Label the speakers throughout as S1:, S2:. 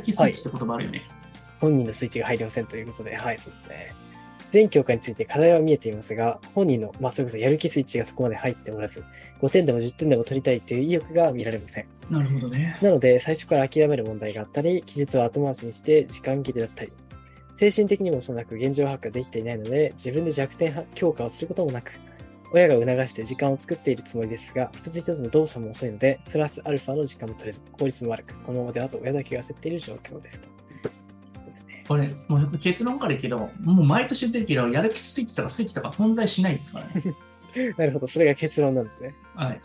S1: きスイッチって言葉あるよね。
S2: 本人のスイッチが入りませんということで、はい、そうですね。全教科について課題は見えていますが、本人の、まあ、それこそやる気スイッチがそこまで入っておらず、5点でも10点でも取りたいという意欲が見られません。
S1: なるほどね。
S2: なので、最初から諦める問題があったり、記述を後回しにして時間切れだったり、精神的にもそなく現状把握ができていないので、自分で弱点は強化をすることもなく、親が促して時間を作っているつもりですが、一つ一つの動作も遅いので、プラスアルファの時間も取れず、効率も悪く、このままであと親だけが焦っている状況ですと。そうですね。
S1: これ、もう結論から言うけど、もう毎年言ってるけど、やる気スイッチとかスイッチとか存在しないんです からね。
S2: なるほど、それが結論なんですね。
S1: はい。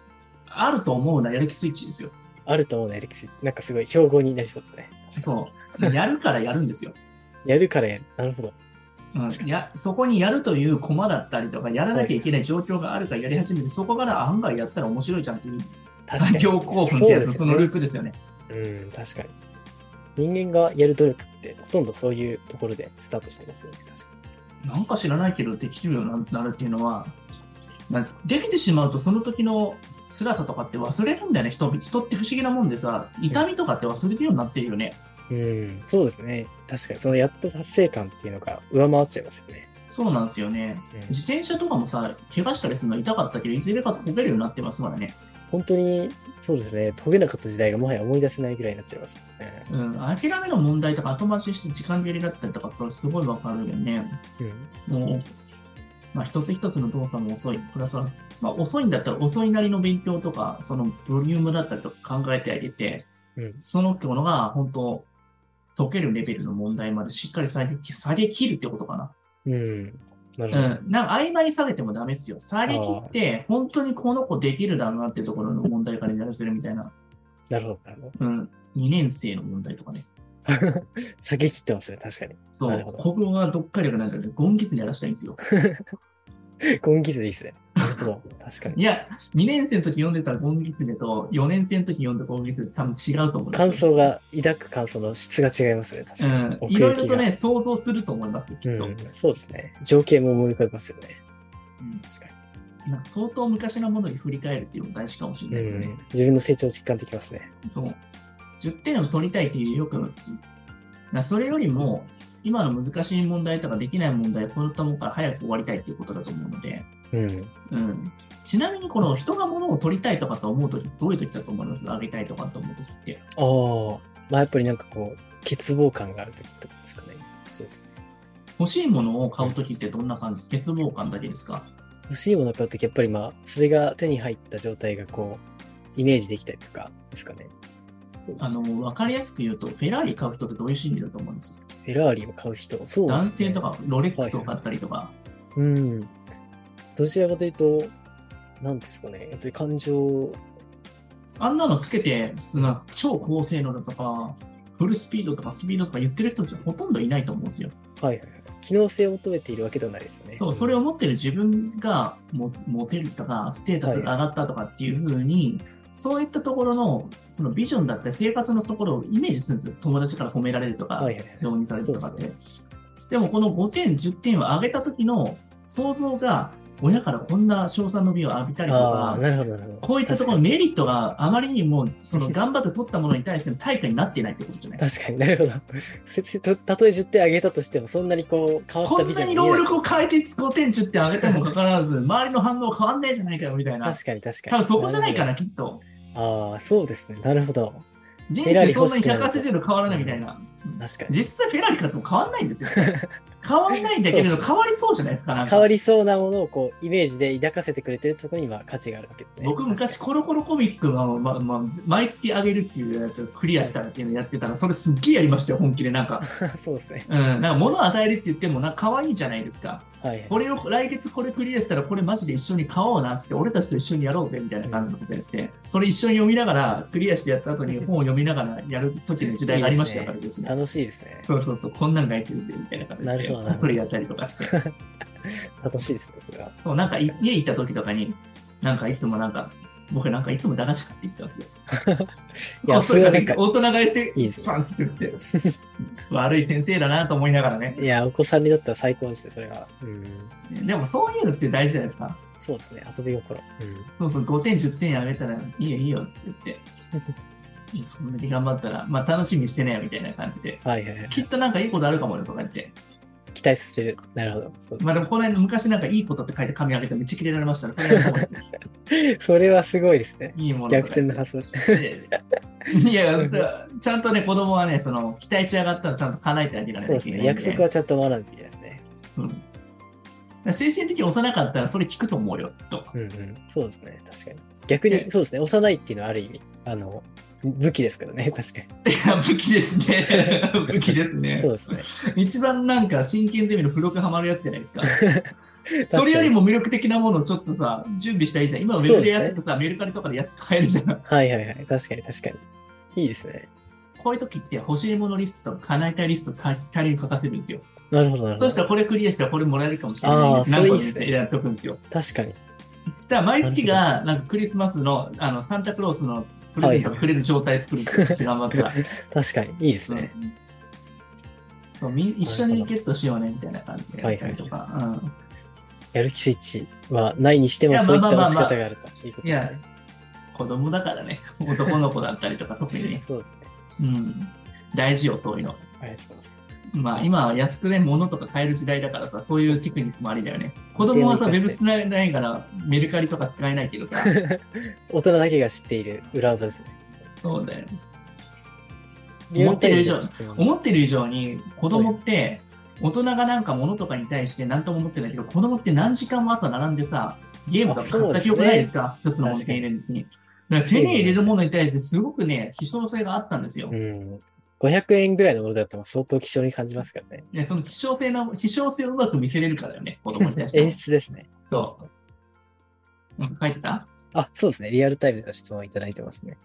S1: あると思うな、やる気スイッチですよ。
S2: あると思うね、エレキスイッチ。なんかすごい標語になりそうですね。
S1: そう。やるからやるんですよ。
S2: やるからやる。なるほど。
S1: うん、やそこにやるというコマだったりとか、やらなきゃいけない状況があるからやり始めて、そこから案外やったら面白いじゃんっていう、
S2: 確か
S1: 最
S2: に。
S1: 強興奮ってや
S2: そう
S1: つ、
S2: です
S1: そ
S2: よね
S1: のループですよね。
S2: うん、確かに。人間がやる努力って、ほとんどそういうところでスタートしてますよね。確か
S1: なんか知らないけど、できるようになるっていうのは、なんてできてしまうと、その時の辛さとかって忘れるんだよね、人人って不思議なもんでさ、痛みとかって忘れるようになってるよね。
S2: に。うん、そうですね。確かに、そのやっと達成感っていうのが上回っちゃいますよね。
S1: そうなんですよね。
S2: うん
S1: 自転車とかもさ、怪我したりするの痛かったけど、いずれかこけるようになってますからね。
S2: 本当に、そうですね。遂げなかった時代がもはや思い出せないぐらいになっちゃいますもんね。
S1: うん、諦めの問題とか後回しして時間切れだったりとか、それすごいわかるよね。
S2: うん。
S1: もう、まあ、一つ一つの動作も遅い。プラスは、まあ、遅いんだったら遅いなりの勉強とか、そのボリュームだったりとか考えてあげて、
S2: うん
S1: そのものが本当、解けるレベルの問題までしっかり下げ下げ切るってことかな。
S2: うん。な
S1: う
S2: るほど。
S1: ん、なんか曖昧に下げてもダメですよ。下げ切って、本当にこの子できるだろうなってところの問題からやらせるみたいな。
S2: なるほどなるほ
S1: うん、2年生の問題とかね。
S2: ど。 下げ切ってますね、確かに。
S1: そ
S2: なる
S1: う
S2: ほ、ど
S1: ここが読解力なんだけど、ゴンギツにやらしたいんですよ。
S2: 根気でいいです ね。なるほど。確かに。
S1: いや、2年生の時読んでたゴンギツネと、4年生の時読んだゴンギツネ多分違うと思うんですよ
S2: 感想が、抱く感想の質が違いますね、確かに。
S1: うん、
S2: 奥
S1: い
S2: 行きが
S1: ろいろとね、想像すると思いますよ、きっと。
S2: うん、そうですね。情景も思い浮かべますよね。
S1: うん
S2: 確か
S1: なんか相当昔のものに振り返るっていうのも大事かもしれ
S2: に。
S1: ないですよね。
S2: 自分の成長を実感できますね。
S1: そう10点を取りたいっていうよく、だからそれよりも、今の難しい問題とかできない問題、このたもから早く終わりたいっていうことだと思うので、
S2: うん。
S1: うん、ちなみにこの人が物を取りたいとかと思うとき、どういうときだと思いますあげたいとかと思うときって。
S2: ああ、まあやっぱりなんかこう、欠乏感がある時ってことですかね。そうですね。
S1: 欲しいものを買うときってどんな感じ欠乏感だけですか
S2: 欲しいものを買うとき、やっぱりまあ、それが手に入った状態がこう、イメージできたりとかですかね。そうです
S1: あの、わかりやすく言うと、フェラーリ買う人ってどういう心理だと思うんです
S2: フェラーリを買う人、そうですね。
S1: 男性と。かロレックスを買ったりとか、
S2: うん。どちらかというと、なんですかね。やっぱり感情、
S1: あんなのつけて、その超高性能だとか、フルスピードとかスピードとか言ってる人ってほとんどいないと思うんですよ。
S2: はいはいはい。機能性を求めているわけではないですよね。
S1: そうそれを持ってる自分がもモテるとか、ステータスが上がったとかっていう風に、そういったところのそのビジョンだったり、生活のところをイメージするんですよ。友達から褒められるとか、
S2: はいはいはい。
S1: 導入されるとかって。
S2: そ
S1: でもこの5点、10点を上げた時の想像が、親からこんな賞賛の美を浴びたりと
S2: ああ、
S1: か、
S2: なるほど、なるほど。
S1: こういったところ
S2: 確
S1: のメリットがあまりにも、その頑張って取ったものに対しての対価になってないってことじゃない
S2: かに。確かになるほど。せせたたとえ10点上げたとしても、そんなにこう、変わっ
S1: こ
S2: た
S1: ん
S2: ビジ
S1: な
S2: ョン
S1: に
S2: が見え
S1: 労
S2: ない
S1: 力を変えて5点、10点上げたにもかかわらず、周りの反応変わんないじゃないかよみたいな。
S2: 確かに確かに。
S1: 多分そこじゃないか
S2: る
S1: な、きっと。
S2: ほど。ああ、そうですね。なるほど。
S1: 人
S2: フェラー
S1: 生
S2: リ
S1: そん
S2: 欲
S1: な
S2: し
S1: に
S2: くなる
S1: 180
S2: と
S1: 度変わらないみたい な。
S2: 確かに。
S1: 実際フェラーリ買っても変わんないんですよ。 変わんないんだけれど、変わりそうじゃないですか。なんか
S2: 変わりそうなものをこう、イメージで抱かせてくれてるところに今価値があるわけですね。
S1: 僕昔コロコロコミックの、まま毎月上げるっていうやつをクリアしたっていうのやってたらそれすっげえやりましたよ本気でなん か、
S2: 確かにそうですね。
S1: うん、なんか物を与えるって言ってもなんか可愛いじゃないですか
S2: はいはい。
S1: これを来月これクリアしたらこれマジで一緒に買おうなって俺たちと一緒にやろうぜみたいな感じのことやってそれ一緒に読みながらクリアしてやった後に本を読みながらやる時の時代がありましたからですね
S2: 楽しいですね。
S1: そうそうそうこんなんがやってるんでみたいな
S2: な
S1: 感じ
S2: る
S1: で
S2: ほどなるほど
S1: これやったりとかして
S2: 楽しいですね、それは。
S1: そうなんかい家行った時とかに、なんかいつもなんか、僕なんかいつも駄菓子買って行ったんですよ。
S2: いや
S1: お
S2: それはなんか
S1: 大人買いして、
S2: いいですね
S1: パンって言って、悪い先生だなと思いながらね。
S2: いや、お子さんになったら最高ですね、それは。うん。
S1: でもそういうのって大事じゃないですか。
S2: そうですね、遊び心。
S1: そうそう、5点、10点あげたら、いいよいいよっつって言って。いやそんだけ頑張ったら、まあ楽しみにしてねみたいな感じで、
S2: はいはいはい。
S1: きっとなんかいいことあるかもよとか言って、
S2: 期待させる。なるほど。そう
S1: まあでもこの辺昔なんかいいことって書いて紙あげてめっちゃキレられましたね。それはもう
S2: それはすごいですね。
S1: いいものとか言っ
S2: 逆
S1: て
S2: 転の発想ですね。
S1: いや、だからちゃんとね、子供はね、その期待値上がったらちゃんと叶えてあげられ
S2: そ
S1: な
S2: う
S1: きゃいけ
S2: ですね。
S1: ないん
S2: 約
S1: で
S2: 束はちゃんと守らないといけないですね。
S1: うんだから精神的に幼かったらそれ聞くと思うよ、と。
S2: うんうん。そうですね。確かに。逆に、
S1: ね
S2: そうですね。幼いっていうのはある意味、あの、武器ですからね。 確か
S1: いや、武器ですね。 武器です
S2: に。
S1: ね
S2: そう。ですね。
S1: 一番なんか真剣で見る付録ハマるやつじゃないです か。
S2: 確かに
S1: それよりも魅力的なものをちょっとさ、準備したらいいじゃん。今ウェブで安くさ、メルカリとかで安く買えるじゃん。
S2: はいはいはい。確かに確かに。いいですね。
S1: こういう時って欲しいものリストと叶えたいリスト大量に書かせるんですよ。
S2: なるほどなるほ
S1: そ
S2: ど
S1: した。らこれクリアしたらこれもらえるかもしれ
S2: あ
S1: な
S2: ー
S1: い。
S2: それいいっ
S1: です
S2: ね
S1: 選んでおくんですよ。
S2: 確かに。
S1: だから毎月がなんかクリスマスのあのサンタクロースのプレゼントがくれる状態作るんですよ。 頑張ったら。
S2: 確かに。いいですね。
S1: うんそうみ一緒にゲットしようねみたいな感じでやったりとか。うん
S2: やる気スイッチはないにして
S1: い
S2: も
S1: や
S2: そういっ
S1: ま
S2: た
S1: あま
S2: 押
S1: あ
S2: し
S1: まあまあ
S2: 方があるという
S1: い
S2: ことです
S1: や
S2: ね。、
S1: 子供だからね、男の子だったりとか、特にね、
S2: そうですね。
S1: うん、大事よ、そういうの。
S2: ありがとうございます。
S1: まあ、今は安くね、物とか買える時代だからさ、そういうテクニックもありだよね。子供はさ、ウ
S2: 一定
S1: ェブ
S2: の生かして
S1: つながないから、メルカリとか使えないけどさ、
S2: 大人だけが知っている裏技ですね。
S1: そうだよ。
S2: リア
S1: 思
S2: ル
S1: っ
S2: タ
S1: てる
S2: イ
S1: 以
S2: ム
S1: 上
S2: の質問。
S1: 思ってる以上に、子供って、大人がなんか物とかに対して何とも思ってないけど、子供って何時間も朝並んでさ、ゲームとか買った記憶ないですか一つのものを手に入れる時に。だから手に入れるものに対してすごくね、悲壮性があったんですよ。
S2: うん。500円ぐらいのものだったら相当希少に感じますからね。
S1: ね、その希少性の、希少性をうまく見せれるからよね、子供に対して。
S2: 演出ですね。
S1: そう。うん書いてた
S2: あ、そうですね。リアルタイムの質問をいただいてますね。